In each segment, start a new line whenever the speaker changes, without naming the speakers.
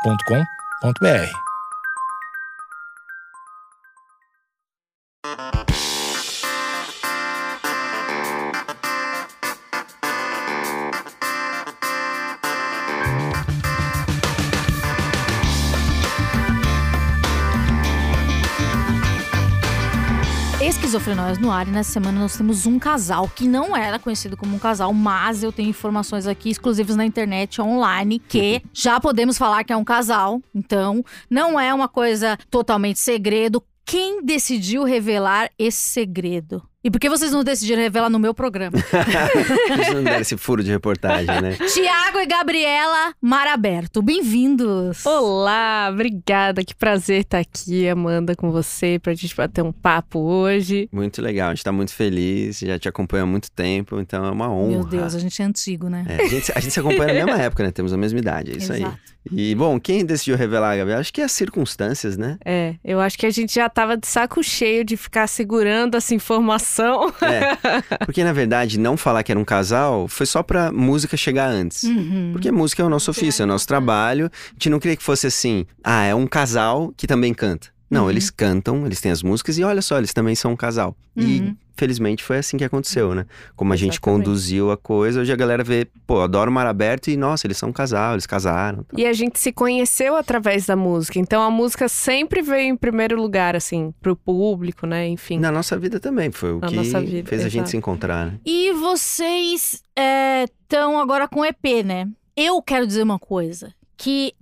agenciadepodcast.com.br.
Esquizofrenóias no ar e nessa semana nós temos um casal que não era conhecido como um casal, mas eu tenho informações aqui exclusivas na internet online que já podemos falar que é um casal. Então, não é uma coisa totalmente segredo. Quem decidiu revelar esse segredo? E por que vocês não decidiram revelar no meu programa?
Vocês não deram esse furo de reportagem, né?
Tiago e Gabriela Maraberto, bem-vindos.
Olá, obrigada. Que prazer estar aqui, Amanda, com você, pra gente bater um papo hoje.
Muito legal, a gente tá muito feliz, já te acompanha há muito tempo, então é uma honra.
Meu Deus, a gente é antigo, né?
É, a, gente, a gente se acompanha na mesma época, né? Temos a mesma idade, é isso
Exato.
aí. E, bom, quem decidiu revelar, Gabriel? Acho que é as circunstâncias, né?
É, eu acho que a gente já tava de saco cheio de ficar segurando essa informação.
É. Porque, na verdade, não falar que era um casal foi só pra música chegar antes.
Uhum.
Porque música é o nosso ofício, é o nosso trabalho. A gente não queria que fosse assim, ah, é um casal que também canta. Não,
Uhum.
eles cantam, eles têm as músicas e olha só, eles também são um casal.
Uhum.
E felizmente foi assim que aconteceu, né? Como a gente
Exatamente.
conduziu a coisa, hoje a galera vê, pô, adoro o Mar Aberto e nossa, eles são um casal, eles casaram.
E a gente se conheceu através da música, então a música sempre veio em primeiro lugar, assim, pro público, né? Enfim.
Na nossa vida também foi o
Na
que
nossa vida,
fez a gente
exato.
se encontrar, né?
E vocês estão agora com EP, né? Eu quero dizer uma coisa. Que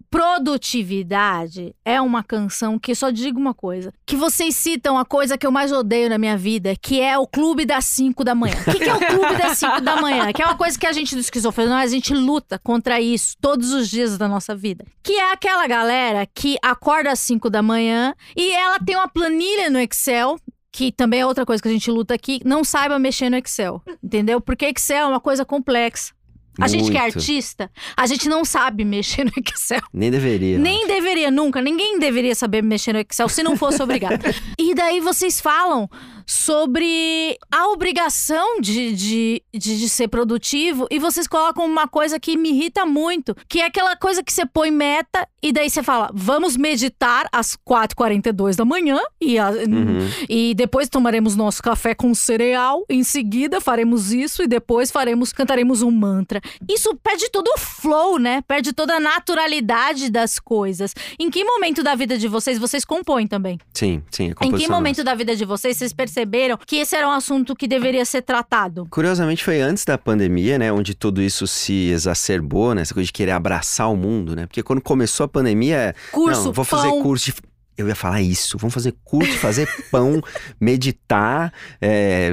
produtividade é uma canção que só digo uma coisa. Que vocês citam a coisa que eu mais odeio na minha vida, que é o clube das 5 da manhã. O que, que é o clube das 5 da manhã? Que é uma coisa que a gente do esquizofrenia, a gente luta contra isso todos os dias da nossa vida. Que é aquela galera que acorda às 5 da manhã e ela tem uma planilha no Excel que também é outra coisa que a gente luta aqui, não saiba mexer no Excel, entendeu? Porque Excel é uma coisa complexa. A gente que é
Muito.
artista, a gente não sabe mexer no Excel.
Nem deveria.
Nem deveria nunca, ninguém deveria saber mexer no Excel se não fosse obrigado. e daí vocês falam sobre a obrigação de, de, de, de ser produtivo e vocês colocam uma coisa que me irrita muito, que é aquela coisa que você põe meta e daí você fala, vamos meditar às 4h42 da manhã e a-
Uhum.
e depois tomaremos nosso café com cereal. Em seguida faremos isso e depois faremos cantaremos um mantra. Isso perde todo o flow, né? Perde toda a naturalidade das coisas. Em que momento da vida de vocês vocês compõem também?
Sim, sim, a
Em
composição
que
nossa.
momento da vida de vocês vocês perceberam que esse era um assunto que deveria ser tratado?
Curiosamente foi antes da pandemia, né, onde tudo isso se exacerbou, né, essa coisa de querer abraçar o mundo, né? Porque quando começou a pandemia,
Curso,
não, vou
pão.
fazer curso de eu ia falar isso, vamos fazer curso, fazer pão, meditar, é,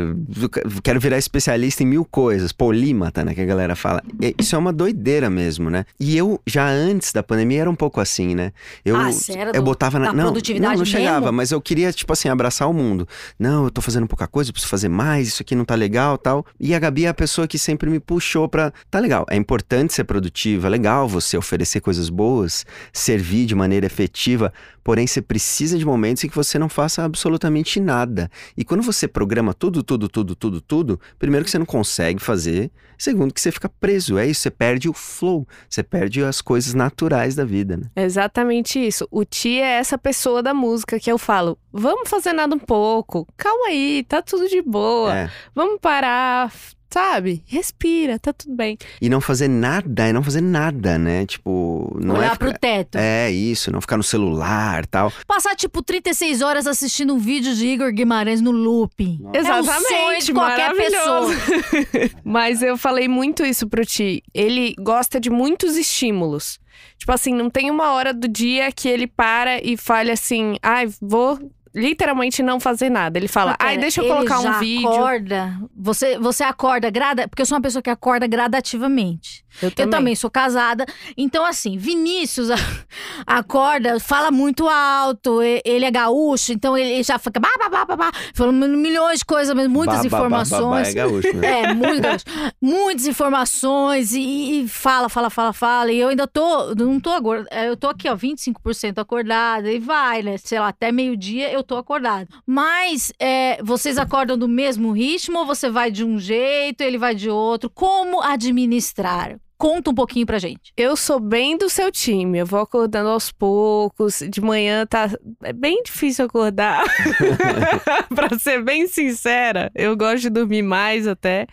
quero virar especialista em mil coisas, polímata, né, que a galera fala. E Isso é uma doideira mesmo, né? E eu, já antes da pandemia, era um pouco assim, né? Eu,
Ah, você era
eu
do-
botava na...
da
não,
produtividade
não, não chegava,
mesmo?
mas eu queria, tipo assim, abraçar o mundo não, eu tô fazendo pouca coisa, eu preciso fazer mais, isso aqui não tá legal tal. E a Gabi é a pessoa que sempre me puxou pra. Tá legal, é importante ser produtiva, é legal você oferecer coisas boas, servir de maneira efetiva, porém você precisa de momentos em que você não faça absolutamente nada. E quando você programa tudo, tudo, tudo, tudo, tudo, primeiro que você não consegue fazer, segundo que você fica preso, é isso, você perde o flow, você perde as coisas naturais da vida, né?
É exatamente isso. O Ti é essa pessoa da música que eu falo: vamos fazer nada um pouco, calma aí, tá tudo de boa,
É.
vamos parar, sabe? Respira, tá tudo bem.
E não fazer nada, é não fazer nada, né? Tipo, não
Olhar
é
pro teto.
É, isso, não ficar no celular tal.
Passar, tipo, 36 horas assistindo um vídeo de Igor Guimarães no looping.
Nossa.
Exatamente,
é um sonho de qualquer pessoa.
maravilhoso. Mas eu falei muito isso pro Ti. Ele gosta de muitos estímulos. Tipo assim, não tem uma hora do dia que ele para e fale assim: ai, vou literalmente não fazer nada. Ele fala:
Não, pera,
ai, deixa eu
ele
colocar
já
um vídeo.
Acorda. Você, você acorda grada, porque eu sou uma pessoa que acorda gradativamente. Eu também sou casada. Então, assim, Vinícius a- acorda, fala muito alto, e- ele é gaúcho, então ele já fica bah, bah, bah, bah, bah, falando milhões de coisas, mas muitas
Ba, ba, ba, ba, ba,
informações.
É gaúcho, né?
É, muito gaúcho. Muitas informações e, e fala, fala, fala, fala. E eu ainda tô, não tô agora, eu tô aqui, ó, 25% acordada e vai, né? Sei lá, até meio-dia eu tô acordada. Mas é, vocês acordam do mesmo ritmo ou você vai de um jeito, ele vai de outro? Como administrar? Conta um pouquinho pra gente.
Eu sou bem do seu time. Eu vou acordando aos poucos. De manhã tá. É bem difícil acordar. pra ser bem sincera, eu gosto de dormir mais até.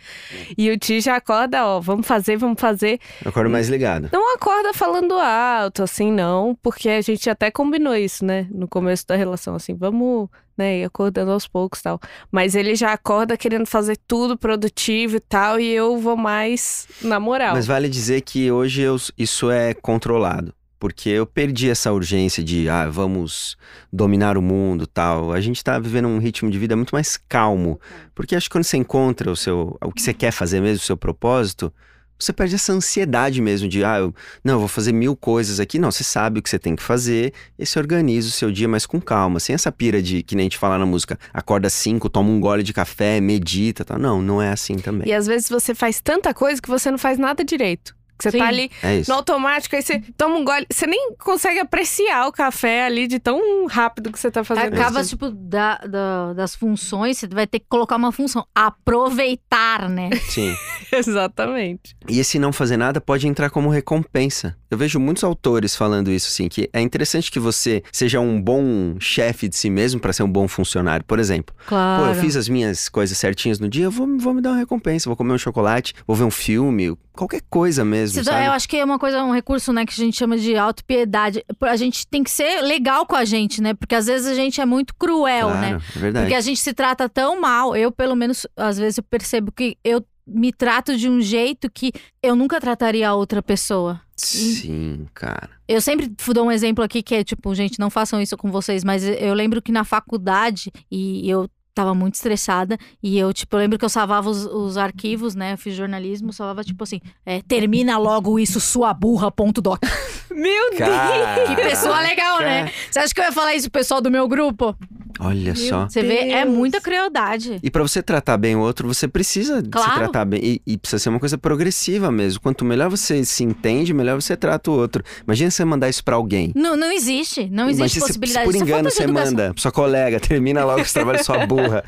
E o Ti já acorda, ó, vamos fazer, vamos fazer.
Eu acordo mais ligado.
Não acorda falando alto, assim, não, porque a gente até combinou isso, né? No começo da relação, assim, vamos, né? E acordando aos poucos tal. Mas ele já acorda querendo fazer tudo produtivo e tal, e eu vou mais na moral.
Mas vale dizer que hoje eu- isso é controlado. Porque eu perdi essa urgência de, ah, vamos dominar o mundo tal. A gente tá vivendo um ritmo de vida muito mais calmo. Porque acho que quando você encontra o seu, o que você quer fazer mesmo, o seu propósito, você perde essa ansiedade mesmo de, ah, eu, não, eu vou fazer mil coisas aqui. Não, você sabe o que você tem que fazer e você organiza o seu dia, mas com calma. Sem essa pira de, que nem a gente fala na música, acorda às cinco, toma um gole de café, medita tal. Não, não é assim também.
E às vezes você faz tanta coisa que você não faz nada direito. Que você
Sim.
tá ali
É isso.
no automático, aí você toma um gole. Você nem consegue apreciar o café ali de tão rápido que você tá fazendo.
Acaba,
isso.
tipo, da- da- das funções, você vai ter que colocar uma função. Aproveitar, né?
Sim.
Exatamente.
E esse não fazer nada pode entrar como recompensa. Eu vejo muitos autores falando isso, assim, que é interessante que você seja um bom chefe de si mesmo para ser um bom funcionário. Por exemplo,
Claro.
pô, eu fiz as minhas coisas certinhas no dia, eu vou, vou me dar uma recompensa, vou comer um chocolate, vou ver um filme, qualquer coisa mesmo,
Cê-
sabe?
eu acho que é uma coisa, um recurso, né, que a gente chama de autopiedade. A gente tem que ser legal com a gente, né? Porque às vezes a gente é muito cruel,
claro,
né?
é verdade.
Porque a gente se trata tão mal. Eu, pelo menos, às vezes eu percebo que eu me trato de um jeito que eu nunca trataria a outra pessoa.
Sim, cara.
Eu sempre f- dou um exemplo aqui que é tipo, gente, não façam isso com vocês, mas eu lembro que na faculdade e eu tava muito estressada e eu, tipo, eu lembro que eu salvava os, os arquivos, né? Eu fiz jornalismo, salvava tipo assim, é, termina logo isso, sua burra, ponto doc.
Meu
Que pessoa legal, né? Você acha que eu ia falar isso pro pessoal do meu grupo?
Olha só.
Você vê, é
Deus.
muita crueldade.
E pra você tratar bem o outro, você precisa se
Claro.
tratar bem. E, e precisa ser uma coisa progressiva mesmo. Quanto melhor você se entende, melhor você trata o outro. Imagina você mandar isso pra alguém.
Não, não existe, não
Imagina
existe
se-
possibilidade.
Se por
Isso é
engano
falta de
você
educação.
manda pra sua colega, termina logo esse trabalho, sua burra.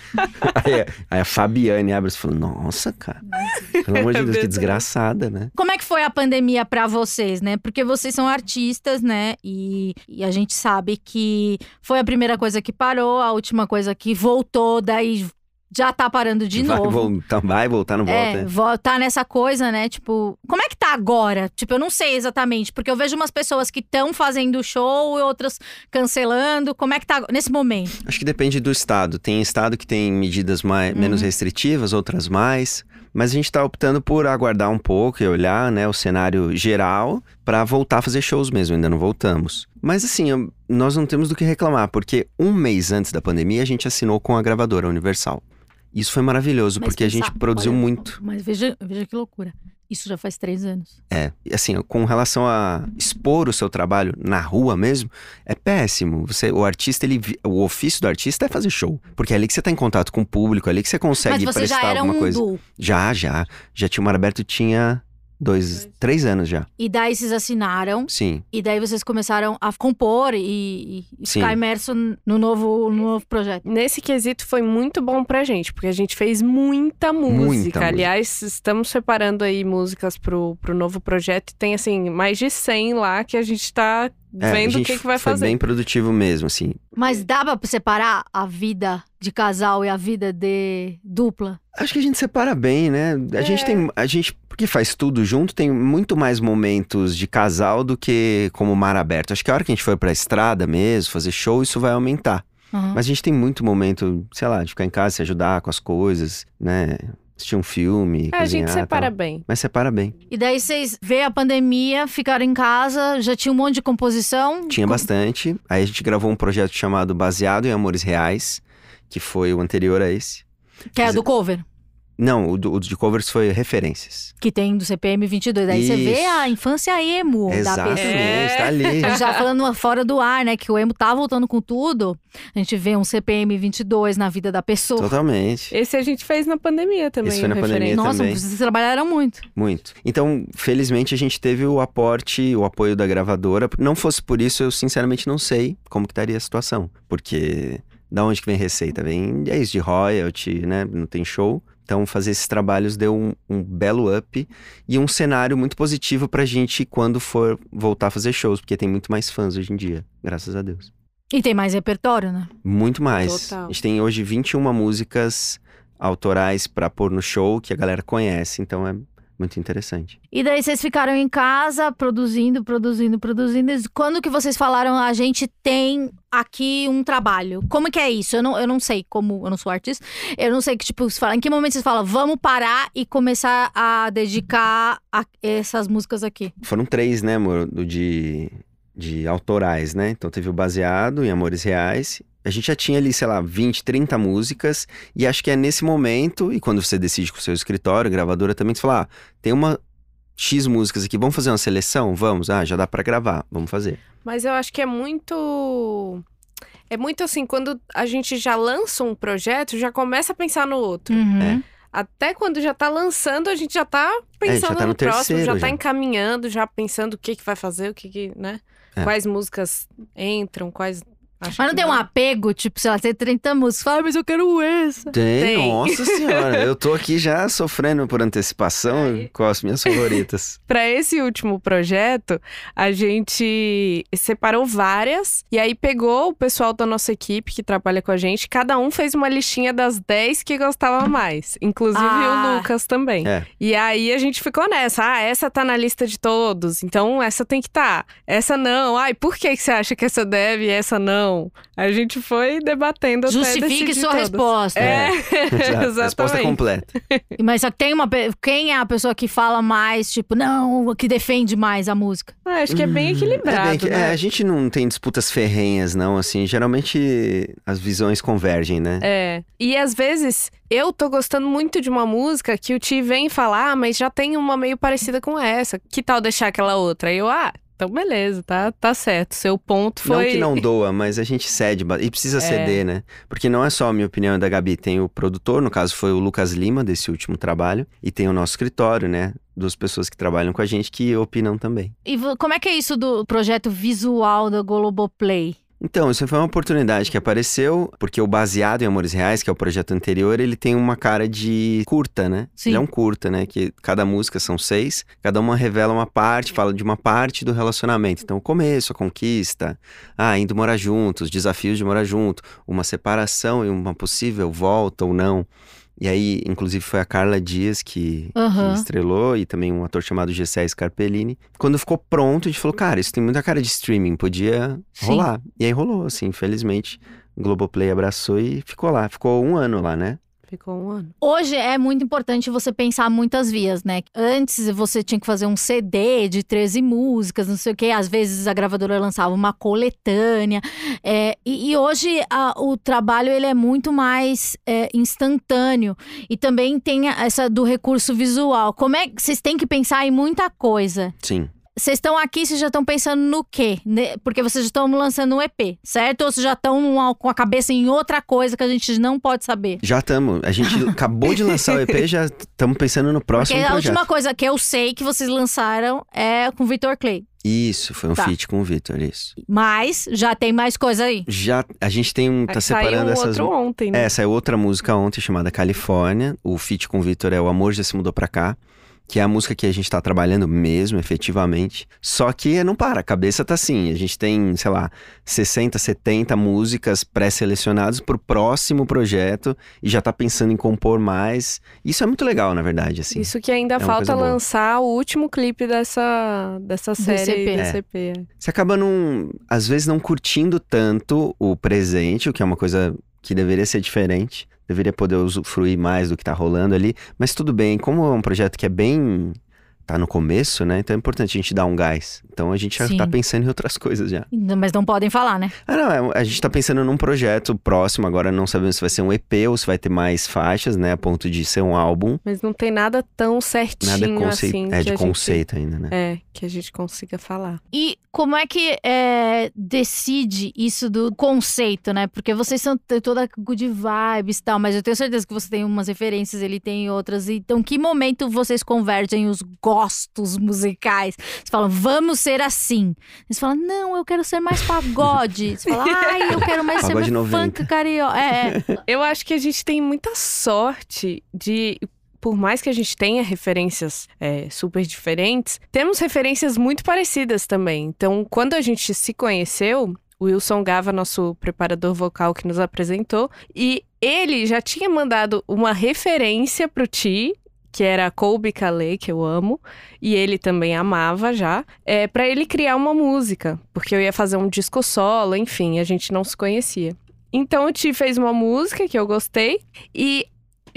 Aí, aí a Fabiane abre e fala: Nossa, cara. Pelo
É
amor de Deus, que
verdade.
desgraçada, né?
Como é que foi a pandemia pra vocês, né? Porque vocês são artistas, né? E, e a gente sabe que foi a primeira coisa que parou, a última coisa que voltou, daí já tá parando de
vai,
novo.
Voltar, vai voltar, não
É,
volta.
voltar nessa coisa, né? Tipo, como é que tá agora? Tipo, eu não sei exatamente, porque eu vejo umas pessoas que estão fazendo show e outras cancelando. Como é que tá nesse momento?
Acho que depende do estado. Tem estado que tem medidas mai-
Uhum.
menos restritivas, outras mais. Mas a gente tá optando por aguardar um pouco e olhar, né, o cenário geral pra voltar a fazer shows mesmo. Ainda não voltamos. Mas assim, eu- nós não temos do que reclamar, porque um mês antes da pandemia a gente assinou com a gravadora Universal. Isso foi maravilhoso,
Mas
porque a gente
pensar,
produziu
olha,
muito.
Mas veja, veja que loucura. Isso já faz três anos.
É, e assim, com relação a expor o seu trabalho na rua mesmo, é péssimo. Você, o artista, ele, vi- o ofício do artista é fazer show, porque é ali que você tá em contato com o público, é ali que você consegue
Mas vocês
prestar
já eram
alguma
um
coisa.
duo.
Já, já, já tinha o Marberto tinha dois, três anos já.
E daí vocês assinaram.
Sim,
E daí vocês começaram a compor e, e- e
Sim.
ficar imerso no novo, no novo projeto.
Nesse quesito foi muito bom pra gente, porque a gente fez muita música.
música.
Aliás, estamos separando aí músicas pro, pro novo projeto. e Tem, assim, mais de 100 lá que a gente tá
É, a
vendo o
gente
que, que vai
foi
fazer.
bem produtivo mesmo, assim.
Mas dá pra separar a vida de casal e a vida de dupla?
Acho que a gente separa bem, né?
É.
A gente tem. A gente, porque faz tudo junto, tem muito mais momentos de casal do que como mar aberto. Acho que a hora que a gente for pra estrada mesmo, fazer show, isso vai aumentar.
Aham.
Mas a gente tem muito momento, sei lá, de ficar em casa, se ajudar com as coisas, né? Assistir um filme,
É, a gente
cozinhar,
separa
tal.
bem.
Mas separa bem.
E daí vocês vê a pandemia, ficaram em casa, já tinha um monte de composição.
Tinha
Com-
bastante. Aí a gente gravou um projeto chamado Baseado em Amores Reais, que foi o anterior a esse.
Que é do cover,
Não, o, do- o de covers foi Referências.
que tem do CPM 22. Daí você vê
Isso.
a infância emo da
Exatamente,
pessoa.
É.
tá ali.
A gente tava falando fora do ar, né? Que o emo tá voltando com tudo. A gente vê um CPM 22 na vida da pessoa.
Totalmente.
Esse a gente fez na pandemia também.
Esse foi
o
na pandemia
referente.
Eu
Nossa,
também.
vocês trabalharam muito.
Muito. Então, felizmente, a gente teve o aporte, o apoio da gravadora. Não fosse por isso, eu sinceramente não sei como que estaria a situação. Porque da onde que vem receita? Vem é isso, de royalty, né? Não tem show. Então, fazer esses trabalhos deu um, um belo up e um cenário muito positivo pra gente quando for voltar a fazer shows, porque tem muito mais fãs hoje em dia, graças a Deus.
E tem mais repertório, né?
Muito mais. A
Total.
gente tem hoje 21 músicas autorais pra pôr no show que a galera conhece, então é muito interessante.
E daí vocês ficaram em casa produzindo, produzindo, produzindo. E Quando que vocês falaram, a gente tem aqui um trabalho? Como que é isso? Eu não, eu não sei como, eu não sou artista. Eu não sei que, tipo, se fala, em que momento vocês falam, vamos parar e começar a dedicar a essas músicas aqui?
Foram três, né, amor, do de, de autorais, né? Então teve o Baseado em Amores Reais. A gente já tinha ali, sei lá, 20, 30 músicas. E acho que é nesse momento, e quando você decide com o seu escritório, gravadora também, você fala, ah, tem uma X músicas aqui, vamos fazer uma seleção? Vamos. Ah, já dá pra gravar, vamos fazer.
Mas eu acho que é muito. É muito assim, quando a gente já lança um projeto, já começa a pensar no outro.
Uhum.
Até quando já tá lançando, a gente já tá
já
pensando
tá no
no, próximo,
terceiro,
já tá
já.
encaminhando, já pensando o que que vai fazer, o que que, né?
É.
Quais músicas entram, quais... acho
Mas não
que
tem um apego, tipo, sei lá, tem 30 músicas. Fala, "Ah, mas eu quero essa.
Tem,
Tem.
nossa senhora. eu tô aqui já sofrendo por antecipação
Aí.
com as minhas favoritas.
Pra esse último projeto, a gente separou várias e aí pegou o pessoal da nossa equipe que trabalha com a gente, cada um fez uma listinha das 10 que gostava mais, inclusive
Ah.
o Lucas também.
É.
E aí a gente ficou nessa, ah, essa tá na lista de todos, então essa tem que estar. Essa não. Ai, por que que você acha que essa deve e essa não? A gente foi debatendo até
Justifique
decidir
sua
todas.
resposta.
É,
Exato. Resposta
exatamente.
completa.
Mas só que tem uma. pe- Quem é a pessoa que fala mais, tipo, não, que defende mais a música?
Ah, acho que é bem equilibrado,
É bem que-
né?
é, a gente não tem disputas ferrenhas, não, assim. Geralmente as visões convergem, né?
É. E às vezes eu tô gostando muito de uma música que o Ti vem falar, "Ah, mas já tem uma meio parecida com essa. Que tal deixar aquela outra? Aí eu, ah, então beleza, tá, tá certo. Seu ponto foi. É.
Não que não doa, mas a gente cede. ba- E precisa ceder, né? Porque não é só a minha opinião e da Gabi. Tem o produtor, no caso foi o Lucas Lima, desse último trabalho. E tem o nosso escritório, né? Duas pessoas que trabalham com a gente que opinam também.
E vo- como é que é isso do projeto visual da Globoplay?
Então, isso foi uma oportunidade que apareceu, porque o Baseado em Amores Reais, que é o projeto anterior, ele tem uma cara de curta, né?
Sim.
Ele é um curta, né? Que cada música são seis, cada uma revela uma parte, fala de uma parte do relacionamento. Então, o começo, a conquista, ah, indo morar juntos, desafios de morar junto, uma separação e uma possível volta ou não. E aí, inclusive, foi a Carla Dias que,
Aham.
que estrelou, e também um ator chamado Gessé Scarpellini. Quando ficou pronto, a gente falou, cara, isso tem muita cara de streaming, podia
Sim.
rolar. E aí rolou, assim, infelizmente. Globoplay abraçou e ficou lá. Ficou um ano lá, né?
Ficou um ano.
Hoje é muito importante você pensar muitas vias, né? Antes você tinha que fazer um CD de 13 músicas, não sei o quê. Às vezes a gravadora lançava uma coletânea. É, e, e hoje a- o trabalho ele é muito mais é, instantâneo. E também tem a- essa do recurso visual. Como é que vocês têm que pensar em muita coisa?
Sim.
Vocês estão aqui, vocês já estão pensando no quê? Ne- Porque vocês já estão lançando um EP, certo? Ou vocês já estão com a cabeça em outra coisa que a gente não pode saber?
Já estamos. A gente acabou de lançar o EP, já estamos pensando no
Porque é
próximo
a
um projeto.
última coisa que eu sei que vocês lançaram é com o Vitor Clay.
Isso, foi um
Tá.
feat com o Victor, isso.
Mas já tem mais coisa aí.
Já, a gente tem
É
um, tá
Saiu
separando
um
essas...
outro ontem, né?
É, saiu outra música ontem chamada Califórnia. O feat com o Victor é O Amor Já Se Mudou Pra Cá. Que é a música que a gente tá trabalhando mesmo, efetivamente. Só que não para, a cabeça tá assim. A gente tem, sei lá, 60, 70 músicas pré-selecionadas pro próximo projeto e já tá pensando em compor mais. Isso é muito legal, na verdade, assim.
Isso que ainda
É uma
falta
coisa boa.
lançar o último clipe dessa, dessa série
EP.
desse EP. é.
Você acaba não, às vezes não curtindo tanto o presente, o que é uma coisa que deveria ser diferente. Deveria poder usufruir mais do que tá rolando ali. Mas tudo bem, como é um projeto que é bem. tá no começo, né? Então é importante a gente dar um gás. Então a gente já
Sim.
tá pensando em outras coisas já.
Mas não podem falar, né?
Ah, não, é- a gente tá pensando num projeto próximo, agora não sabemos se vai ser um EP ou se vai ter mais faixas, né? A ponto de ser um álbum.
Mas não tem nada tão certinho
Nada concei- é
assim. que
de
a gente-
conceito ainda, né?
É, que a gente consiga falar.
E como é que é, decide isso do conceito, né? Porque vocês são t- toda good vibes e tal, mas eu tenho certeza que você tem umas referências, ele tem outras. Então, que momento vocês convergem os gostos musicais? Vocês falam, vamos ser assim. Você fala, não, eu quero ser mais pagode. Você fala, ai, eu quero mais ser mais
Pagode 90.
funk carioca. É, é.
Eu acho que a gente tem muita sorte de. Por mais que a gente tenha referências é, super diferentes, temos referências muito parecidas também. Então, quando a gente se conheceu, o Wilson Gava, nosso preparador vocal que nos apresentou, e ele já tinha mandado uma referência pro Ti, que era a Colby Calais, que eu amo, e ele também amava já, é, para ele criar uma música, porque eu ia fazer um disco solo, enfim, a gente não se conhecia. Então o Ti fez uma música que eu gostei e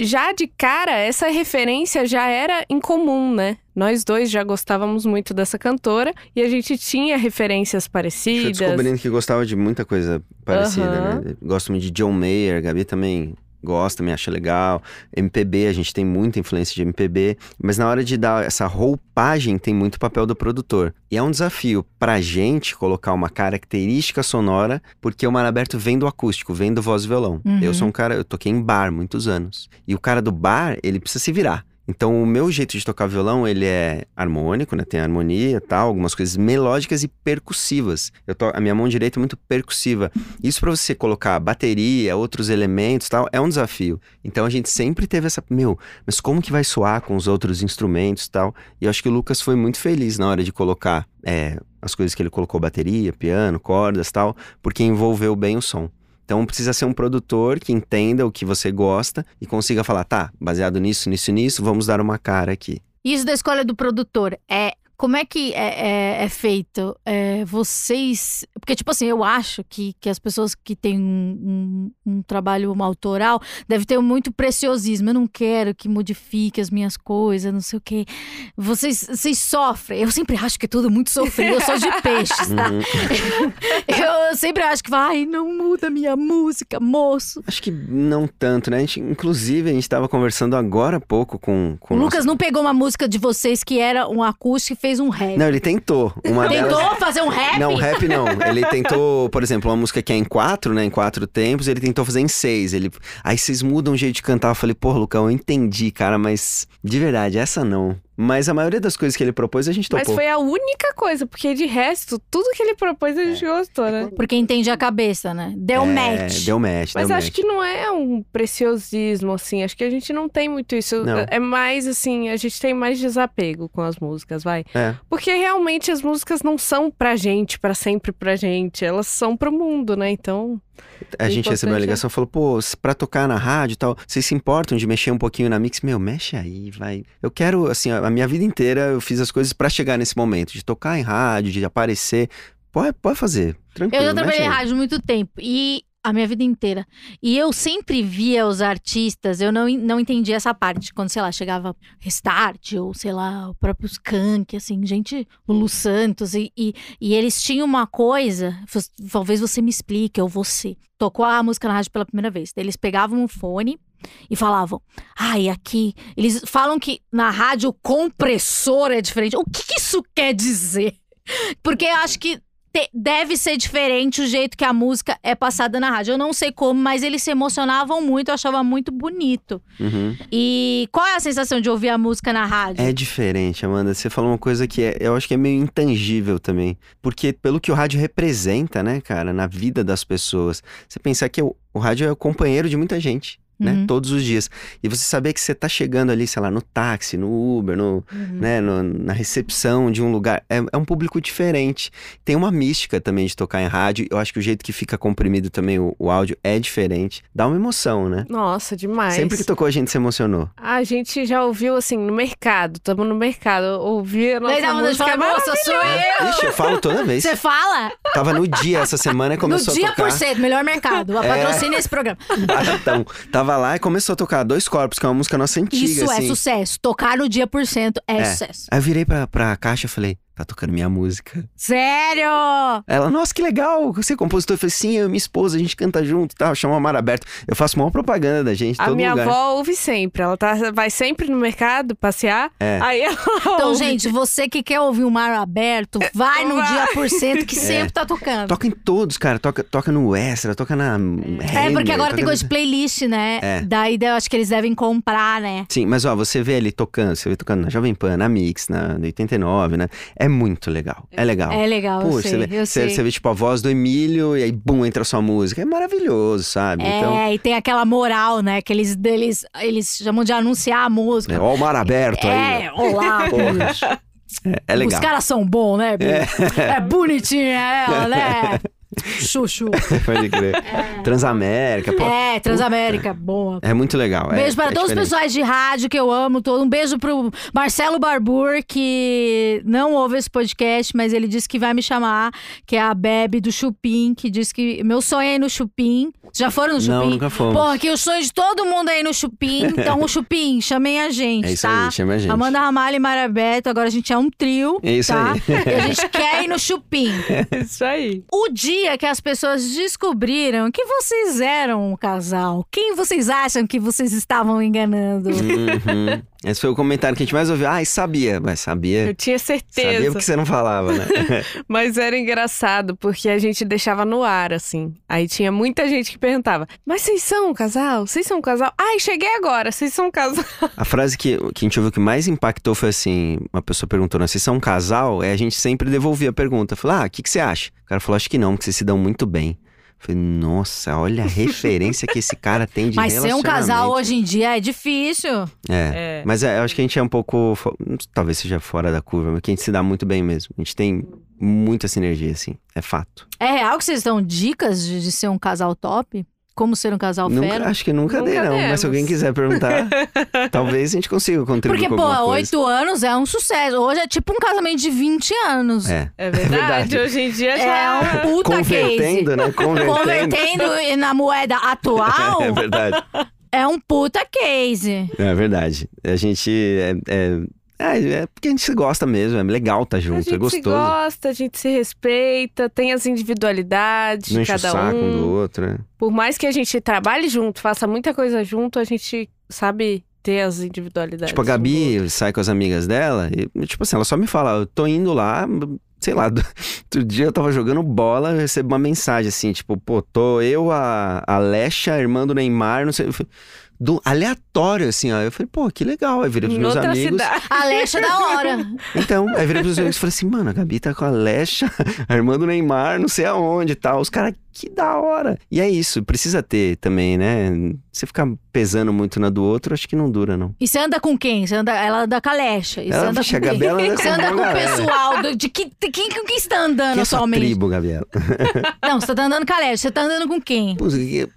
já de cara essa referência já era incomum, né? Nós dois já gostávamos muito dessa cantora e a gente tinha referências
Fui
parecidas.
descobrindo um que gostava de muita coisa parecida,
Aham.
né? Gosto muito de John Mayer, a Gabi também gosta, me acha legal. MPB, a gente tem muita influência de MPB, mas na hora de dar essa roupagem tem muito papel do produtor. E é um desafio pra gente colocar uma característica sonora, porque o Maraberto vem do acústico, vem do voz e violão.
Uhum.
Eu sou um cara, eu toquei em bar muitos anos. E o cara do bar, ele precisa se virar. Então, o meu jeito de tocar violão, ele é harmônico, né? Tem harmonia e tal, algumas coisas melódicas e percussivas. Eu to... A minha mão direita é muito percussiva. Isso pra você colocar bateria, outros elementos e tal, é um desafio. Então, a gente sempre teve essa... Meu, mas como que vai soar com os outros instrumentos e tal? E eu acho que o Lucas foi muito feliz na hora de colocar é, as coisas que ele colocou, bateria, piano, cordas e tal, porque envolveu bem o som. Então precisa ser um produtor que entenda o que você gosta e consiga falar, tá, baseado nisso, nisso, e nisso, vamos dar uma cara aqui.
Isso da escolha do produtor é. Como é que é, é- é feito? É, vocês. Porque, tipo assim, eu acho que, que as pessoas que têm um, um- um trabalho autoral devem ter muito preciosismo. Eu não quero que modifique as minhas coisas, não sei o quê. Vocês, vocês sofrem. Eu sempre acho que é tudo muito sofrido. Eu sou de peixes, tá?
Uhum.
Eu sempre acho que, vai, não muda minha música, moço.
Acho que não tanto, né? A gente, inclusive, a gente estava conversando agora há pouco com, com
O
nosso-
Lucas não pegou uma música de vocês que era um acústico e fez um rap.
Não, ele tentou. Uma
Tentou
delas...
fazer um rap?
Não, rap não. Ele tentou, por exemplo, uma música que é em quatro, né? Em quatro tempos, ele tentou fazer em seis. Ele... Aí vocês mudam o jeito de cantar. Eu falei, pô, Lucão, eu entendi, cara, mas de verdade, essa não. Mas a maioria das coisas que ele propôs, a gente
Mas
topou.
foi a única coisa, porque de resto, tudo que ele propôs a gente gostou, né?
Porque entende a cabeça, né? Deu
É,
match.
Deu match,
Mas
deu
acho
match.
que não é um preciosismo, assim. Acho que a gente não tem muito isso.
Não.
É mais, assim, a gente tem mais desapego com as músicas, vai.
É.
Porque realmente as músicas não são pra gente, pra sempre pra gente. Elas são pro mundo, né? Então.
A
O
gente recebeu uma
importante é-
ligação e falou, pô, se- pra tocar na rádio e tal, vocês se importam de mexer um pouquinho na mix? Meu, mexe aí, vai. Eu quero, assim, a a minha vida inteira eu fiz as coisas pra chegar nesse momento, de tocar em rádio, de aparecer. Pode, pode fazer,
Eu
tranquilo.
já trabalhei em
mexe aí.
rádio muito tempo. E a minha vida inteira. E eu sempre via os artistas, eu não, en- não entendia essa parte. Quando, sei lá, chegava Restart, ou sei lá, o próprio Skank, assim, gente, Lulu Santos. E, e, e eles tinham uma coisa, vo- talvez você me explique, ou você. Tocou a música na rádio pela primeira vez. Eles pegavam um fone e falavam, ai, aqui. Eles falam que na rádio o compressor é diferente. O que que isso quer dizer? Porque eu acho que te- deve ser diferente o jeito que a música é passada na rádio. Eu não sei como, mas eles se emocionavam muito, eu achava muito bonito.
Uhum.
E qual é a sensação de ouvir a música na rádio?
É diferente, Amanda. Você falou uma coisa que é- eu acho que é meio intangível também. Porque pelo que o rádio representa, né, cara, na vida das pessoas. Você pensar que o, o rádio é o companheiro de muita gente, né?
Uhum.
Todos os dias. E você saber que você tá chegando ali, sei lá, no táxi, no Uber, no,
Uhum.
né, no- na recepção de um lugar. É, é um público diferente. Tem uma mística também de tocar em rádio. Eu acho que o jeito que fica comprimido também o, o áudio é diferente. Dá uma emoção, né?
Nossa, demais.
Sempre que tocou, a gente se emocionou.
A gente já ouviu, assim, no mercado. Estamos no mercado. Ouvir a nossa
Mas a vontade de
música.
falar, moça, sou eu.
Ixi, eu falo toda vez.
Você fala?
Tava no dia essa semana e começou
no dia
a tocar.
por cento, melhor mercado. A
É.
patrocina esse programa.
Então, tava lá e começou a tocar Dois Corpos, que é uma música nossa antiga,
Isso é
assim.
sucesso. Tocar no dia por cento é,
É.
sucesso.
Aí eu virei pra, pra caixa e falei, tá tocando minha música.
Sério!
Ela, nossa, que legal, você é compositor. Eu falei, sim, eu e minha esposa, a gente canta junto e tal, chama o Mar Aberto. Eu faço maior propaganda da gente, em
A
todo
minha
lugar.
avó ouve sempre. Ela tá, vai sempre no mercado passear.
É.
Aí ela
Então,
ouve.
gente, você que quer ouvir o mar aberto,
É.
vai no
Vai.
dia por cento que sempre tá tocando.
Toca em todos, cara. Toca, toca no Extra, toca na.
É, porque agora tem
toca
coisa de
no-
playlist, né?
É.
Daí eu acho que eles devem comprar, né?
Sim, mas ó, você vê ele tocando, você vê tocando na Jovem Pan, na Mix, na 89, né? É muito legal. É legal.
É legal, eu
Pô,
sei,
você, vê,
eu
você-
sei.
você vê, tipo, a voz do Emílio e aí, bum, entra a sua música. É maravilhoso, sabe? Então,
É, e tem aquela moral, né? Que eles, eles, eles chamam de anunciar a música.
é, ó o mar aberto aí. né?
É, olá.
Porra. É, é legal.
Os caras são bons, né, bicho? É. bonitinha ela, né? Chuchu.
Pode crer. Transamérica, pô.
É, Transamérica, boa.
É muito legal. é-
Beijo para
é
todos os
diferente.
pessoais de rádio que eu amo todo. Um beijo pro Marcelo Barbur, que não ouve esse podcast, mas ele disse que vai me chamar, que é a Bebe do Chupim, que disse que meu sonho é ir no Chupim. Já foram no
Não,
Chupim?
nunca fomos.
Porra, que o sonho de todo mundo aí no Chupim. Então, o Chupim, chamem a gente,
é isso
tá?
aí, chama a gente.
Amanda Ramalho e Mara Beto, agora a gente é um trio,
É isso
tá?
aí.
E a gente quer ir no Chupim.
Isso aí.
O dia que as pessoas descobriram que vocês eram um casal, quem vocês acham que vocês estavam enganando?
Uhum. Esse foi o comentário que a gente mais ouviu. Ai, sabia. Mas sabia.
Eu tinha
É. Sabia
certeza.
porque você não falava, né?
Mas era engraçado, porque a gente deixava no ar, assim. Aí tinha muita gente que perguntava: Mas vocês são um casal? Vocês são um casal? Ai, cheguei agora, vocês são um casal.
A frase que, que a gente ouviu que mais impactou foi assim: uma pessoa perguntou, né? Vocês são um casal? Aí a gente sempre devolvia a pergunta. Falou, ah, o que, que você acha? O cara falou, acho que não, porque vocês se dão muito bem. Eu Falei, nossa, olha a referência que esse cara tem de
Mas ser um casal
relacionamento."
hoje em dia é difícil.
É.
É.
Mas é, eu acho que a gente é um pouco. fo- Talvez seja fora da curva, mas que a gente se dá muito bem mesmo. A gente tem muita sinergia, assim. É fato.
É real que vocês dão dicas de, de ser um casal top? Como ser um casal
Nunca,
fera?
acho que nunca, dei,
Nunca
não. Mas
demos.
se alguém quiser perguntar, talvez a gente consiga contribuir
Porque,
com
pô,
alguma coisa.
oito anos é um sucesso. Hoje é tipo um casamento de 20 anos.
É.
É verdade,
verdade.
hoje em dia já.
É um puta case.
Convertendo, né? Convertendo.
Convertendo na moeda atual,
É verdade.
é um puta case.
É verdade. A gente. É, é, é- é porque a gente se gosta mesmo. É legal estar
A
junto,
gente
é
se
gostoso.
gosta, a gente se respeita, tem as individualidades
não
de
enche o
cada
saco um do
um.
outro, né?
Por mais que a gente trabalhe junto, faça muita coisa junto, a gente sabe ter as individualidades.
Tipo, a
um do outro.
Gabi sai com as amigas dela e, tipo assim, ela só me fala, eu tô indo lá, sei lá, do- outro dia eu tava jogando bola, eu recebo uma mensagem assim, tipo, pô, tô eu, a, a Lecha, a irmã do Neymar, não sei. eu falei, Do, aleatório, assim, ó. Eu falei, pô, que legal. Aí virei pros
Em
meus
outra
amigos.
cidade.
Alexa, da hora.
Então, aí virei pros amigos e falei assim, mano, a Gabi tá com a Lecha, a irmã do Neymar, não sei aonde e tal. Os caras, que da hora. E é isso, precisa ter também, né? Você ficar pesando muito na do outro, acho que não dura, não.
E você anda com quem? Você anda, ela anda com a Lecha. E você
Ela
anda
Ah, vixe, a
com quem?
Gabriela anda
Você
com
anda
uma
com o
galera.
pessoal do- de que, de quem, com quem você tá andando
Quem é sua
atualmente?
tribo, Gabriela?
Não, você tá andando com a Lecha. Você tá andando com quem?
Pô,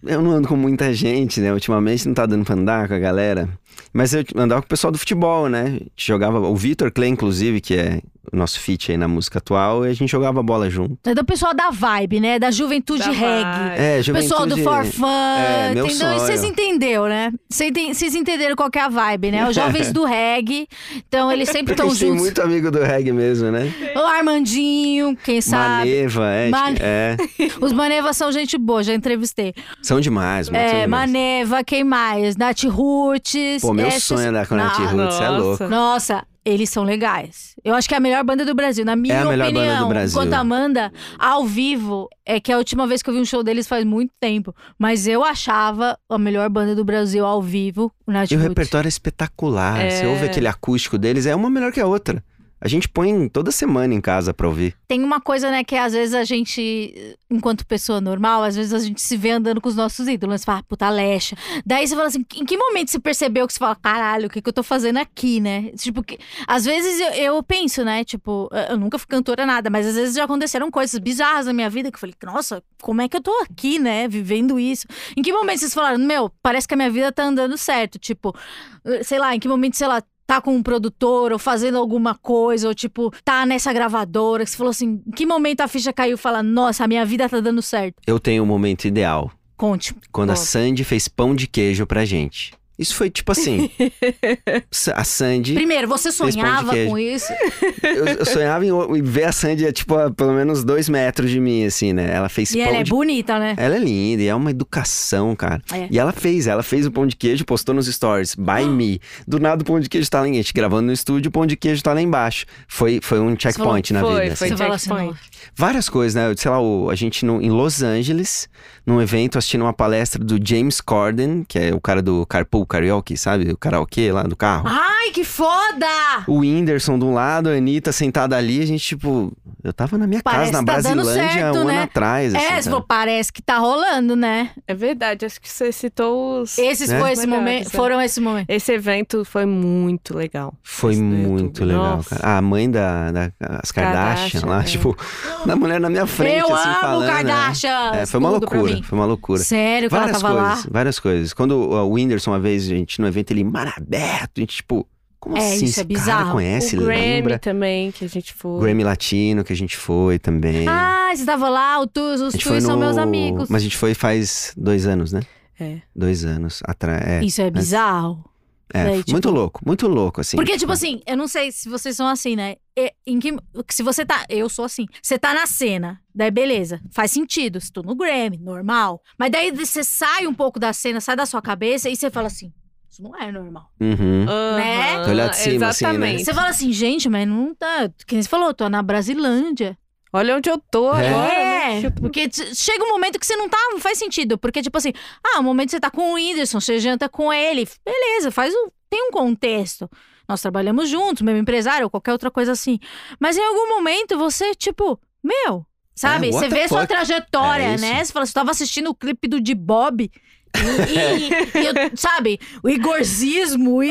Eu não ando com muita gente, né? Ultimamente não tá dando pra andar com a galera. Mas eu andava com o pessoal do futebol, né? A gente Jogava. O Vitor Clay, inclusive, que é o nosso feat aí na música atual, e a gente jogava bola junto.
É do pessoal da vibe, né? Da juventude
Da
reggae.
vibe.
É,
O
juventude...
Pessoal do For Fun,
É, meu
entendeu? E vocês
sonho.
entenderam, né? Vocês enten- Vocês entenderam qual que é a vibe, né? Os jovens do reggae, então eles sempre
Porque a
estão
gente tem
juntos.
muito amigo do reggae mesmo, né?
O Armandinho, quem sabe.
Maneva, é,
Mane-
é.
Os Manevas são gente boa, já entrevistei.
São demais, mano. são
É,
demais.
Maneva, quem mais? Nath Roots.
Pô, meu
essas-
sonho é andar com a Nath
Não,
Roots, é
nossa.
louco.
Nossa, eles são legais. Eu acho que é a melhor banda do Brasil, na minha
É a melhor
opinião.
banda do Brasil.
Enquanto a Amanda, ao vivo, é que a última vez que eu vi um show deles faz muito tempo. Mas eu achava a melhor banda do Brasil ao vivo, o Nath
E o
Roots.
repertório é espetacular.
É.
Você ouve aquele acústico deles, é uma melhor que a outra. A gente põe toda semana em casa pra ouvir.
Tem uma coisa, né, que às vezes a gente, enquanto pessoa normal, às vezes a gente se vê andando com os nossos ídolos. Você fala, ah, puta lecha. Daí você fala assim, em que momento você percebeu que você fala, caralho, o que, que eu tô fazendo aqui, né? Tipo, que, às vezes eu, eu penso, né, tipo, eu- eu nunca fui cantora nada, mas às vezes já aconteceram coisas bizarras na minha vida que eu falei, nossa, como é que eu tô aqui, né, vivendo isso? Em que momento vocês falaram, meu, parece que a minha vida tá andando certo? Tipo, sei lá, em que momento, sei lá, tá com um produtor ou fazendo alguma coisa, ou tipo, tá nessa gravadora, que você falou assim, em que momento a ficha caiu e fala, nossa, a minha vida tá dando certo?
Eu tenho o momento ideal.
Conte.
Quando a
Conta.
Sandy fez pão de queijo pra gente. Isso foi tipo assim. Sa- a Sandy.
Primeiro, você
Responde
sonhava
queijo.
com isso?
Eu, eu sonhava em, o- em ver a Sandy, tipo, a pelo menos dois metros de mim, assim, né? Ela fez
e
pão
ela é
de
bonita, né?
Ela é linda e é uma educação, cara.
É.
E ela fez, ela fez o pão de queijo, postou nos stories, by me. Do nada o pão de queijo tá lá em a gente gravando no estúdio, o pão de queijo tá lá embaixo. Foi, foi um checkpoint na
Foi,
vida.
foi
assim.
Você fala assim,
checkpoint.
"Nossa."
Várias coisas, né? Sei lá, o- a gente no- em Los Angeles, num evento, assistindo uma palestra do James Corden, que é o cara do Carpool show karaoke, sabe? O karaokê lá do carro.
Ai, que foda!
O Whindersson de um lado, a Anitta sentada ali, a gente, tipo, eu tava na minha
Parece
casa, na
que tá dando
Brasilândia,
certo,
um
né?
ano atrás. assim,
É, você
sabe?
falou, parece que tá rolando, né?
É verdade, acho que você citou os.
Esses
Né?
foi esse
Melhores,
momento,
né?
foram esse momento.
Esse evento foi muito legal.
Foi
Isso do
é
YouTube.
muito legal,
Nossa.
cara. A mãe da, da as Kardashian,
Kardashian,
lá,
é.
tipo, da mulher na minha frente,
Eu
assim,
amo
falando. né?
Kardashian!
É, foi uma
tudo pra
loucura,
mim.
foi uma loucura.
Sério, que
Várias
ela tava
coisas,
lá.
várias coisas. Quando ó, o Whindersson, uma vez, gente, no evento, ele, mar aberto, a gente, tipo, como
É,
assim?
isso é
Esse
bizarro.
Cara conhece,
o Grammy
lembra?
também, que a gente foi.
Grammy Latino, que a gente foi também.
Ah, você tava lá, o tu, os
a gente foi
tuis são
no-
meus amigos.
Mas a gente foi faz dois anos, né?
É.
Dois anos atrás. É,
Isso é bizarro.
é,
daí, tipo-
muito louco, muito louco, assim.
Porque, tipo assim, eu não sei se vocês são assim, né? É, em que, se você tá. Eu sou assim. Você tá na cena, daí beleza. Faz sentido. Se tô no Grammy, normal. Mas daí você sai um pouco da cena, sai da sua cabeça e você fala assim: Isso não é normal.
Uhum.
Aham,
Olhar de cima, assim, né?
exatamente.
Você fala assim, gente, mas não tá. Que nem você falou, tô na Brasilândia.
Olha onde eu tô
É.
agora,
É,
né? Tipo,
porque t- chega um momento que você não tá, não faz sentido. Porque, tipo assim, ah, o momento que você tá com o Whindersson, você janta com ele, beleza, faz um. Tem um contexto. Nós trabalhamos juntos, meu empresário, ou qualquer outra coisa assim. Mas em algum momento você, tipo, meu, sabe?
É, what
você
the
vê sua
fuck?
trajetória,
É isso.
né? Você fala, você tava assistindo o clipe do de Bob. E,
É.
e- e eu- sabe, o Igorzismo e.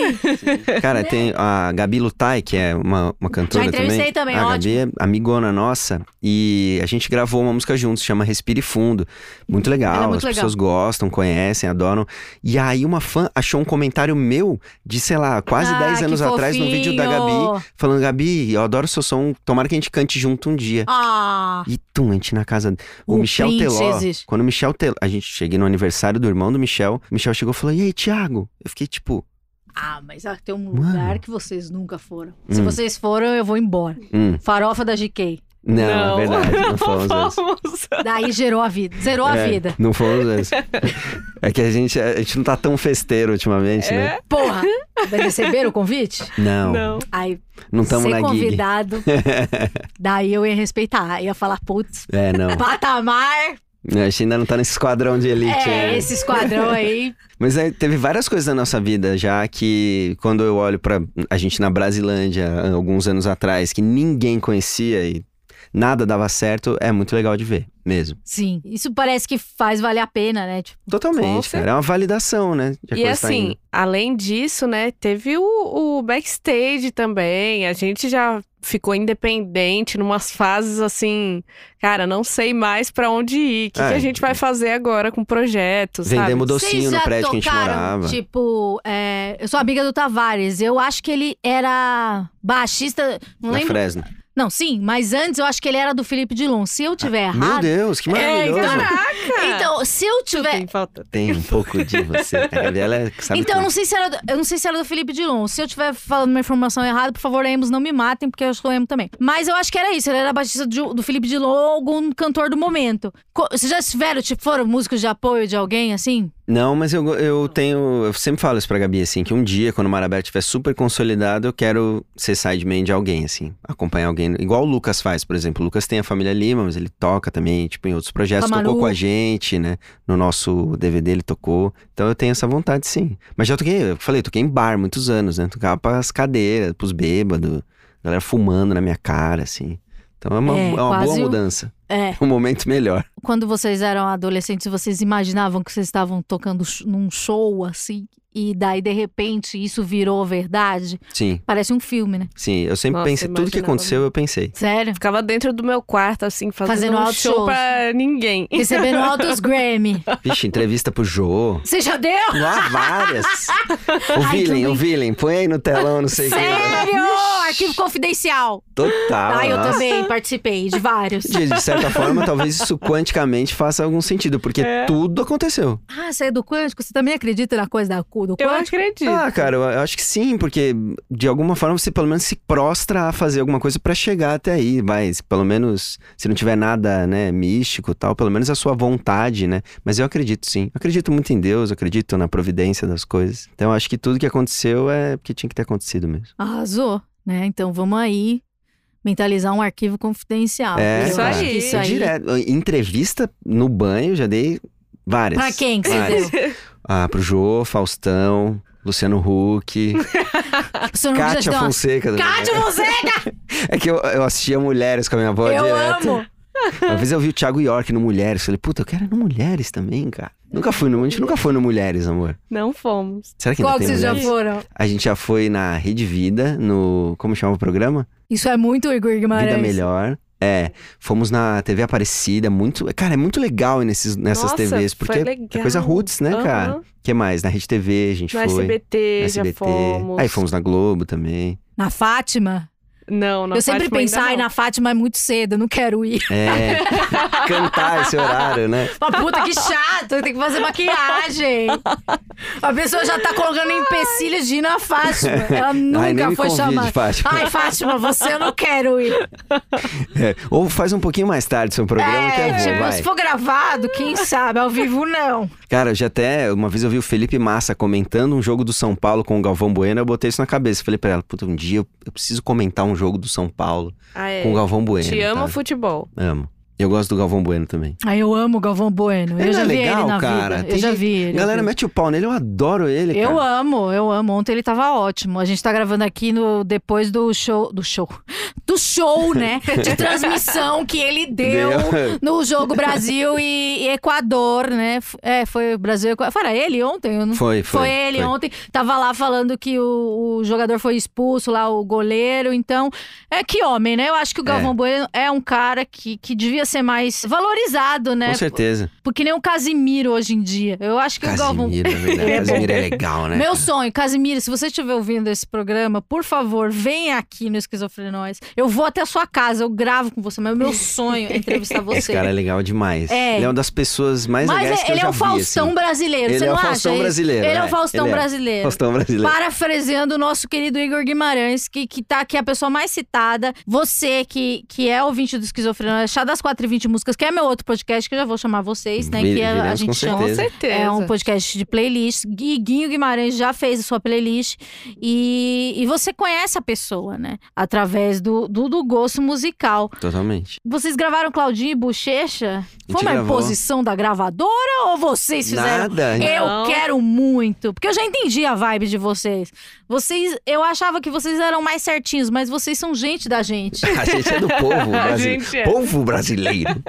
Cara, tem a Gabi Lutai, que é uma, uma cantora
Né? Já entrevistei também,
a
ótimo.
Gabi é amigona nossa. E a gente gravou uma música juntos, chama Respire Fundo. Muito legal,
Ela é muito
as
legal.
pessoas gostam, conhecem, adoram. E aí uma fã achou um comentário meu de, sei lá, quase
Ah,
10
que
anos atrás, num vídeo da Gabi,
fofinho.
falando, Gabi, eu adoro seu som, tomara que a gente cante junto um dia.
Ah!
E tum, a gente na casa. O,
O
Michel
Prince
Teló.
existe.
Quando o Michel Teló. A gente cheguei no aniversário do irmão do Michel. O Michel chegou e falou: E aí, Thiago? Eu fiquei tipo.
Ah, mas ah, tem um
Mano.
lugar que vocês nunca foram. Se
Hum.
vocês foram, eu vou embora.
Hum,
Farofa da GK.
não, é verdade. Não
Não
fomos antes.
fomos.
Daí gerou a vida. Zerou a
É,
vida.
Não fomos antes. É que a gente, a gente não tá tão festeiro ultimamente, né?
Porra! Receberam o convite?
Não.
Não.
Aí,
Não estamos
ser
na gig.
convidado. daí eu ia respeitar. Ia falar, putz,
É, não.
patamar.
A gente ainda não tá nesse esquadrão de elite.
É,
né?
esse esquadrão aí.
Mas aí teve várias coisas na nossa vida já que quando eu olho pra a gente na Brasilândia alguns anos atrás que ninguém conhecia e nada dava certo, é muito legal de ver, mesmo.
Sim. Isso parece que faz valer a pena, né? Tipo,
Totalmente,
Com
cara. É uma validação, né? de a
E
coisa tá
assim,
indo.
além disso, né, teve o, o backstage também. A gente já ficou independente numas fases assim, cara, não sei mais pra onde ir. O que,
É.
que a gente vai fazer agora com o projeto, sabe?
vendemos
Vocês
docinho
já
no prédio que a gente
tocaram,
morava.
Tipo, é, eu sou amiga do Tavares. Eu acho que ele era baixista. Não
na
lembro
Fresno.
Não, sim, mas antes eu acho que ele era do Felipe Dilon. Se eu tiver
Ah, Meu
errado. É,
Deus, que maravilhoso.
Caraca!
Então, se eu
Tu
tiver.
tem falta.
Tem um pouco de você. A Gabriela é que sabe
Então, eu não
tudo.
sei se era do, eu não sei se era do Felipe Dilon. Se eu tiver falando uma informação errada, por favor, Lemos, não me matem, porque eu sou Lemos também. Mas eu acho que era isso, ele era baixista do, do Felipe Dilon ou algum cantor do momento. Co- Vocês já tiveram, tipo, foram músicos de apoio de alguém, assim?
Não, mas eu, eu tenho. Eu sempre falo isso pra Gabi, assim, que um dia, quando o Marabé estiver super consolidado, eu quero ser sideman de alguém, assim. Acompanhar alguém. Igual o Lucas faz, por exemplo. O Lucas tem a família Lima, mas ele toca também, tipo, em outros projetos.
Com a
Tocou
Manu.
com a gente, né? No nosso DVD ele tocou. Então eu tenho essa vontade, sim. Mas já toquei, eu falei, toquei em bar muitos anos, né? Tocava pras cadeiras, pros bêbados, galera fumando na minha cara, assim. Então é uma,
É,
é uma boa
quase o-
mudança.
É.
Um momento melhor.
Quando vocês eram adolescentes, vocês imaginavam que vocês estavam tocando sh- num show, assim, e daí, de repente, isso virou verdade?
Sim.
Parece um filme, né?
Sim, eu sempre
Nossa,
pensei, tudo que
imaginava
aconteceu eu pensei.
Sério?
Ficava dentro do meu quarto, assim, fazendo,
Fazendo
um
altos shows.
show pra ninguém.
Recebendo altos Grammy.
Vixe, entrevista pro Jô.
Você já deu?
Lá várias. O
Ai, que
Villain, o
lindo.
Villain, põe aí no telão, não sei o que.
Sério? Arquivo confidencial.
Total.
Ah, eu
nossa.
também participei de vários.
De, de certa forma, talvez isso quanticamente faça algum sentido, porque tudo aconteceu.
Ah, você é do quântico? Você também acredita na coisa da, cu- do
Eu
quântico?
acredito.
Ah, cara, eu acho que sim, porque de alguma forma você pelo menos se prostra a fazer alguma coisa pra chegar até aí, mas pelo menos se não tiver nada, né, místico e tal, pelo menos a sua vontade, né? Mas eu acredito sim. Eu acredito muito em Deus, eu acredito na providência das coisas. Então eu acho que tudo que aconteceu é porque tinha que ter acontecido mesmo.
Arrasou, né? Então vamos aí mentalizar um arquivo confidencial.
É,
Eu
isso
acho
aí.
que Isso aí.
Direto, entrevista no banho, já dei várias.
Pra quem que você
Várias.
deu?
Ah, pro Jô, Faustão, Luciano Huck,
O senhor não
Kátia
precisa ter uma-
Fonseca. né?
Cátia Fonseca,
É que eu, eu assistia Mulheres com a minha avó
eu
direto.
amo.
Uma vez eu vi o Thiago York no Mulheres. Falei, puta, eu quero ir no Mulheres também, cara. Nunca fui no, a gente nunca foi no Mulheres, amor.
Não fomos.
Será que ainda
Qual que
tem
vocês já
Mulheres?
foram?
A gente já foi na Rede Vida, no. Como chama o programa?
Isso é muito Igor Guimarães.
Vida Melhor. É, fomos na TV Aparecida, muito. Cara, é muito legal ir nesses, nessas
Nossa,
TVs,
foi
porque é
legal.
coisa roots, né,
Aham.
cara? O que mais? Na Rede TV a gente
No
foi.
SBT,
na
já fomos.
Aí um fomos na Globo também.
Na Fátima.
Não, na
eu sempre
Fátima ainda
pensava, ai,
não.
na Fátima é muito cedo, eu não quero ir.
É. cantar esse horário, né?
Uma puta que chato, eu tenho que fazer maquiagem. A pessoa já tá colocando empecilhos de ir na Fátima. Ela nunca
Ai, nem me
foi
convide,
chamada.
Fátima.
Ai, Fátima, você eu não quero ir.
É, Ou faz um pouquinho mais tarde seu programa que eu
é,
vou,
tipo,
vai.
se for gravado, quem sabe? Ao vivo, não.
Cara, eu já até, uma vez eu vi o Felipe Massa comentando um jogo do São Paulo com o Galvão Bueno, eu botei isso na cabeça. Falei pra ela, puta, um dia eu, eu preciso comentar um jogo do São Paulo
Ah, é.
com o Galvão Bueno.
Te amo
tá?
futebol.
Amo. Eu gosto do Galvão Bueno também.
Ai, eu amo o Galvão Bueno.
Ele
eu
é
já vi
legal,
ele na
cara.
vida.
Tem
Eu já
gente-
vi ele. é
Galera, mete o pau nele, eu adoro ele,
Eu
cara.
amo, eu amo. Ontem ele tava ótimo. A gente tá gravando aqui no depois do show. Do show. Do show, né? De transmissão que ele deu,
Deu.
no jogo Brasil e, e Equador, né? F- É, foi o Brasil e Equador. Fora ele ontem, eu não.
Foi, foi.
Foi ele ontem, tava lá falando que o, o jogador foi expulso lá, o goleiro. Então, é que homem, né? Eu acho que o Galvão Bueno é um cara que, que devia ser mais valorizado, né?
Com certeza.
Porque nem o Casimiro hoje em dia. Eu acho que o Galvão.
Casimiro, é
Ele
verdade.
é bom.
Casimiro é legal, né?
Meu sonho, Casimiro, se você estiver ouvindo esse programa, por favor, venha aqui no Esquizofrenóis. Eu vou até a sua casa, eu gravo com você, mas o meu sonho é entrevistar você.
Esse cara é legal demais.
É.
Ele é uma das pessoas mais
mas
legais
é-
que eu
ele
já
é o
vi,
Faustão
assim.
brasileiro,
Ele
você
é
não
o
acha?
Faustão brasileiro.
Ele é o
né?
Faustão
Ele é.
brasileiro.
Faustão brasileiro.
Parafraseando o nosso querido Igor Guimarães, que, que tá aqui a pessoa mais citada. Você, que, que é ouvinte do Esquizofrenóis, chá das 4 e 20 músicas, que é meu outro podcast, que eu já vou chamar vocês, né?
Vi-
que a- a,
viremos, com
gente chama.
Com
Certeza.
certeza.
É um podcast de playlist. Guiguinho Guimarães já fez a sua playlist. E, e você conhece a pessoa, né? Através do, do, do gosto musical.
Totalmente.
Vocês gravaram Claudinho e Bochecha? Foi né? uma
gravou.
imposição da gravadora ou vocês fizeram?
Nada.
Eu
Não.
quero muito. Porque eu já entendi a vibe de vocês. Vocês. Eu achava que vocês eram mais certinhos, mas vocês são gente da gente.
A gente é do povo
A
brasileiro.
gente é.
Povo brasileiro.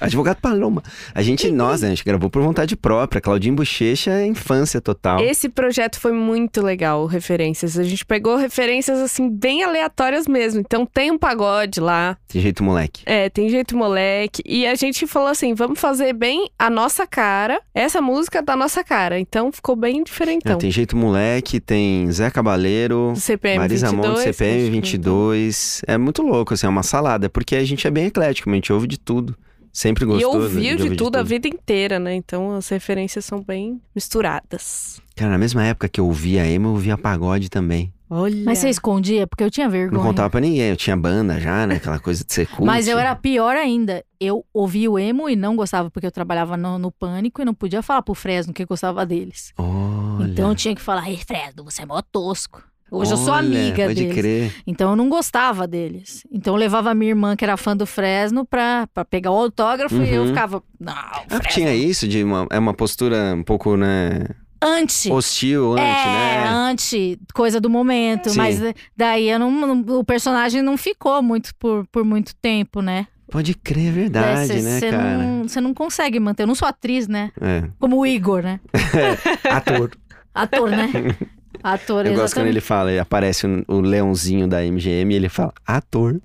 Advogado Paloma. A gente, nós, né, a gente gravou por vontade própria. Claudinho Bochecha é infância total.
Esse projeto foi muito legal, o referências. A gente pegou referências, assim, bem aleatórias mesmo. Então tem um pagode lá,
De jeito moleque.
é, tem jeito moleque. E a gente falou assim: vamos fazer bem a nossa cara, essa música da nossa cara. Então ficou bem
Não,
diferentão.
É, tem jeito moleque, tem Zé Cabaleiro,
Do
É,
CPM
Marisa
22.
Monte, CPM
acho que-
22. É muito louco, assim, é uma salada. Porque a gente é bem eclético, a gente ouve de tudo. Sempre
então. E
gostou. né,
ouviu de
ouvir
tudo a vida inteira, né? Então as referências são bem misturadas.
Cara, na mesma época que eu ouvia emo, eu ouvia pagode também.
Olha.
Mas você escondia? Porque eu tinha vergonha.
Não contava pra ninguém, eu tinha banda já, né? Aquela coisa de ser cool.
Mas eu era pior ainda. Eu ouvia o emo e não gostava, porque eu trabalhava no, no pânico e não podia falar pro Fresno que eu gostava deles.
Olha,
Então eu tinha que falar, ei, Fresno, você é mó tosco. Hoje eu sou
olha,
amiga
pode
deles.
crer.
Então eu não gostava deles. Então eu levava a minha irmã, que era fã do Fresno, pra, pra pegar o autógrafo e eu
Uhum.
ficava. Não,
Ah,
Fresno.
tinha isso de uma, é uma postura um pouco, né,
Antes.
hostil, anti,
É,
né?
anti, coisa do momento.
Sim.
Mas eh, daí eu não- não- o personagem não ficou muito por, por muito tempo, né?
Pode crer, é verdade,
Daí cê-
né,
cê
cara?
não- Você não consegue manter. Eu não sou atriz, né?
É.
Como o Igor, né?
Ator.
Ator, né? Ator,
eu gosto quando
exatamente.
ele fala, ele aparece o- o leãozinho da MGM e ele fala, ator.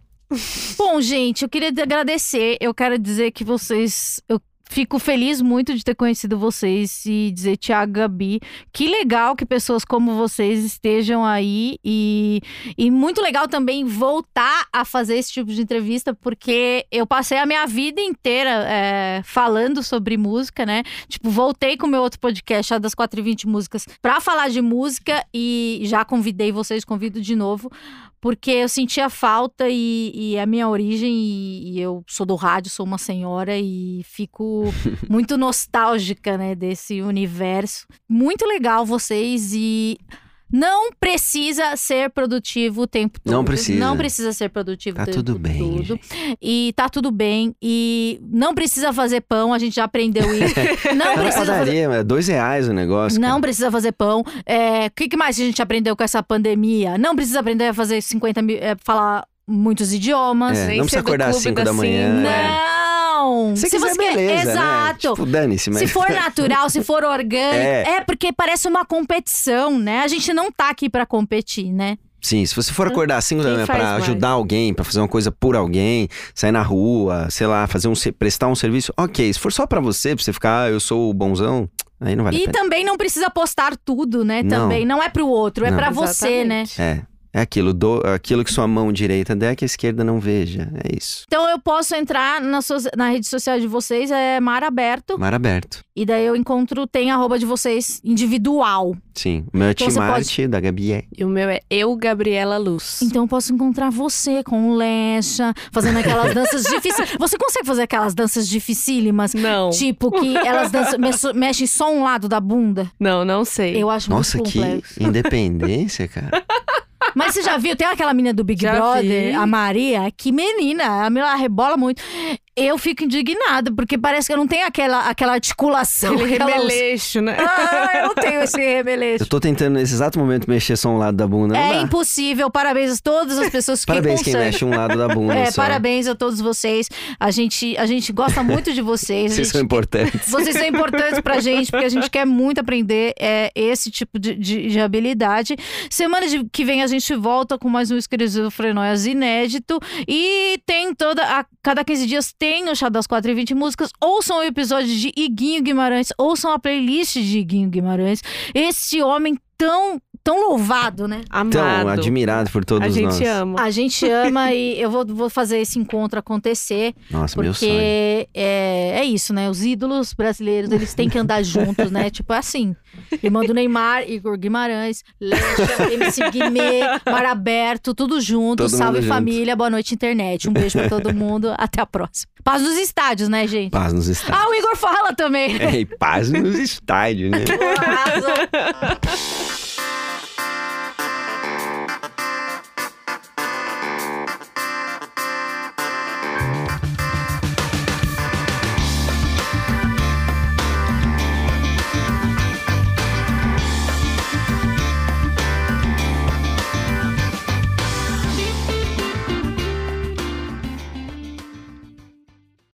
Bom, gente, eu queria agradecer. Eu quero dizer que vocês. Eu fico feliz muito de ter conhecido vocês e dizer, Tiago Gabi, que legal que pessoas como vocês estejam aí. E, e muito legal também voltar a fazer esse tipo de entrevista, porque eu passei a minha vida inteira é, falando sobre música, né? Tipo, voltei com o meu outro podcast, Chá das 4 e 20 Músicas, pra falar de música e já convidei vocês, convido de novo, porque eu sentia falta e, e é a minha origem e, e eu sou do rádio, sou uma senhora e fico muito nostálgica, né, desse universo. Muito legal vocês e Não precisa ser produtivo o tempo todo.
Não precisa.
Não precisa ser produtivo
Tá
o tempo
tudo bem,
todo. E tá tudo bem. E não precisa fazer pão, a gente já aprendeu isso. Não
Tá na
precisa fazer
padaria, é dois reais o negócio.
Não
cara.
precisa fazer pão. É, O que, que mais que a gente aprendeu com essa pandemia? Não precisa aprender a fazer 50 mil. é, falar muitos idiomas.
É,
nem
não precisa
ser do
acordar às
clube
5
da
da manhã.
Cinda.
é.
Não!
Se, quiser,
quer-
beleza, né?
Exato.
Tipo, dane-se, mas...
Se for natural, se for orgânico.
É.
É. porque parece uma competição, né? A gente não tá aqui pra competir, né?
Sim, se você for acordar às 5 da
Quem
manhã
faz
pra
mais?
ajudar alguém, pra fazer uma coisa por alguém, sair na rua, sei lá, fazer um, se- prestar um serviço, ok. Se for só pra você, pra você ficar, ah, eu sou o bonzão, aí não vale a
E
pena.
também não precisa postar tudo, né?
Não.
Também. Não é pro outro, é
Não.
pra você, né?
Exatamente.
É, é aquilo, do- aquilo que sua mão direita der, que a esquerda não veja. É isso.
Então eu posso entrar na, so- na rede social de vocês, é Mar Aberto.
Mar aberto.
E daí eu encontro, tem arroba de vocês individual.
Sim. O meu é
Então
Tim
você pode-
Marte, da Gabi é.
E o meu é Eu, Gabriela Luz.
Então eu posso encontrar você com o Lecha, fazendo aquelas danças difíceis. Você consegue fazer aquelas danças dificílimas?
Não,
Tipo que elas dançam, mex- mexem só um lado da bunda?
não, não sei.
Eu acho
Nossa,
muito
que
complexo.
independência, cara.
Mas você já viu? Tem aquela menina do Big
Já
Brother,
vi.
a Maria, que menina, a menina rebola muito. Eu fico indignada, porque parece que eu não tenho aquela, aquela articulação.
Aquele
aquela-
rebeleixo, né?
Ah, eu não tenho esse rebeleixo.
Eu tô tentando nesse exato momento mexer só um lado da bunda. Não
É
dá.
impossível. Parabéns a todas as pessoas que
Parabéns quem
conseguem.
mexe um lado da bunda.
É,
só.
parabéns a todos vocês. A gente, a gente gosta muito de vocês. A
Vocês são
gente-
importantes.
vocês são importantes pra gente, porque a gente quer muito aprender é, esse tipo de, de- de habilidade. Semana de- que vem a gente volta com mais um Esquizofrenóias inédito. E tem toda. A, cada 15 dias tem o Chá das 4 e 20 músicas. Ouçam o episódio de Iguinho Guimarães, ouçam a playlist de Iguinho Guimarães. Esse homem tão, tão louvado, né?
Amado.
Tão admirado por todos
A gente
nós.
ama.
A gente ama e eu vou- vou fazer esse encontro acontecer.
Nossa, meu sonho.
Porque é, é isso, né? Os ídolos brasileiros, eles têm que andar juntos, né? Tipo é assim. Irmão do Neymar, Igor Guimarães, Lecha, MC Guimê, Mar Aberto, tudo junto.
Todo
Salve
mundo junto.
família, boa noite internet. Um beijo pra todo mundo. Até a próxima. Paz dos estádios, né, gente?
Paz nos estádios.
Ah, o Igor fala também.
É, e paz nos estádios, né?
Arrasou.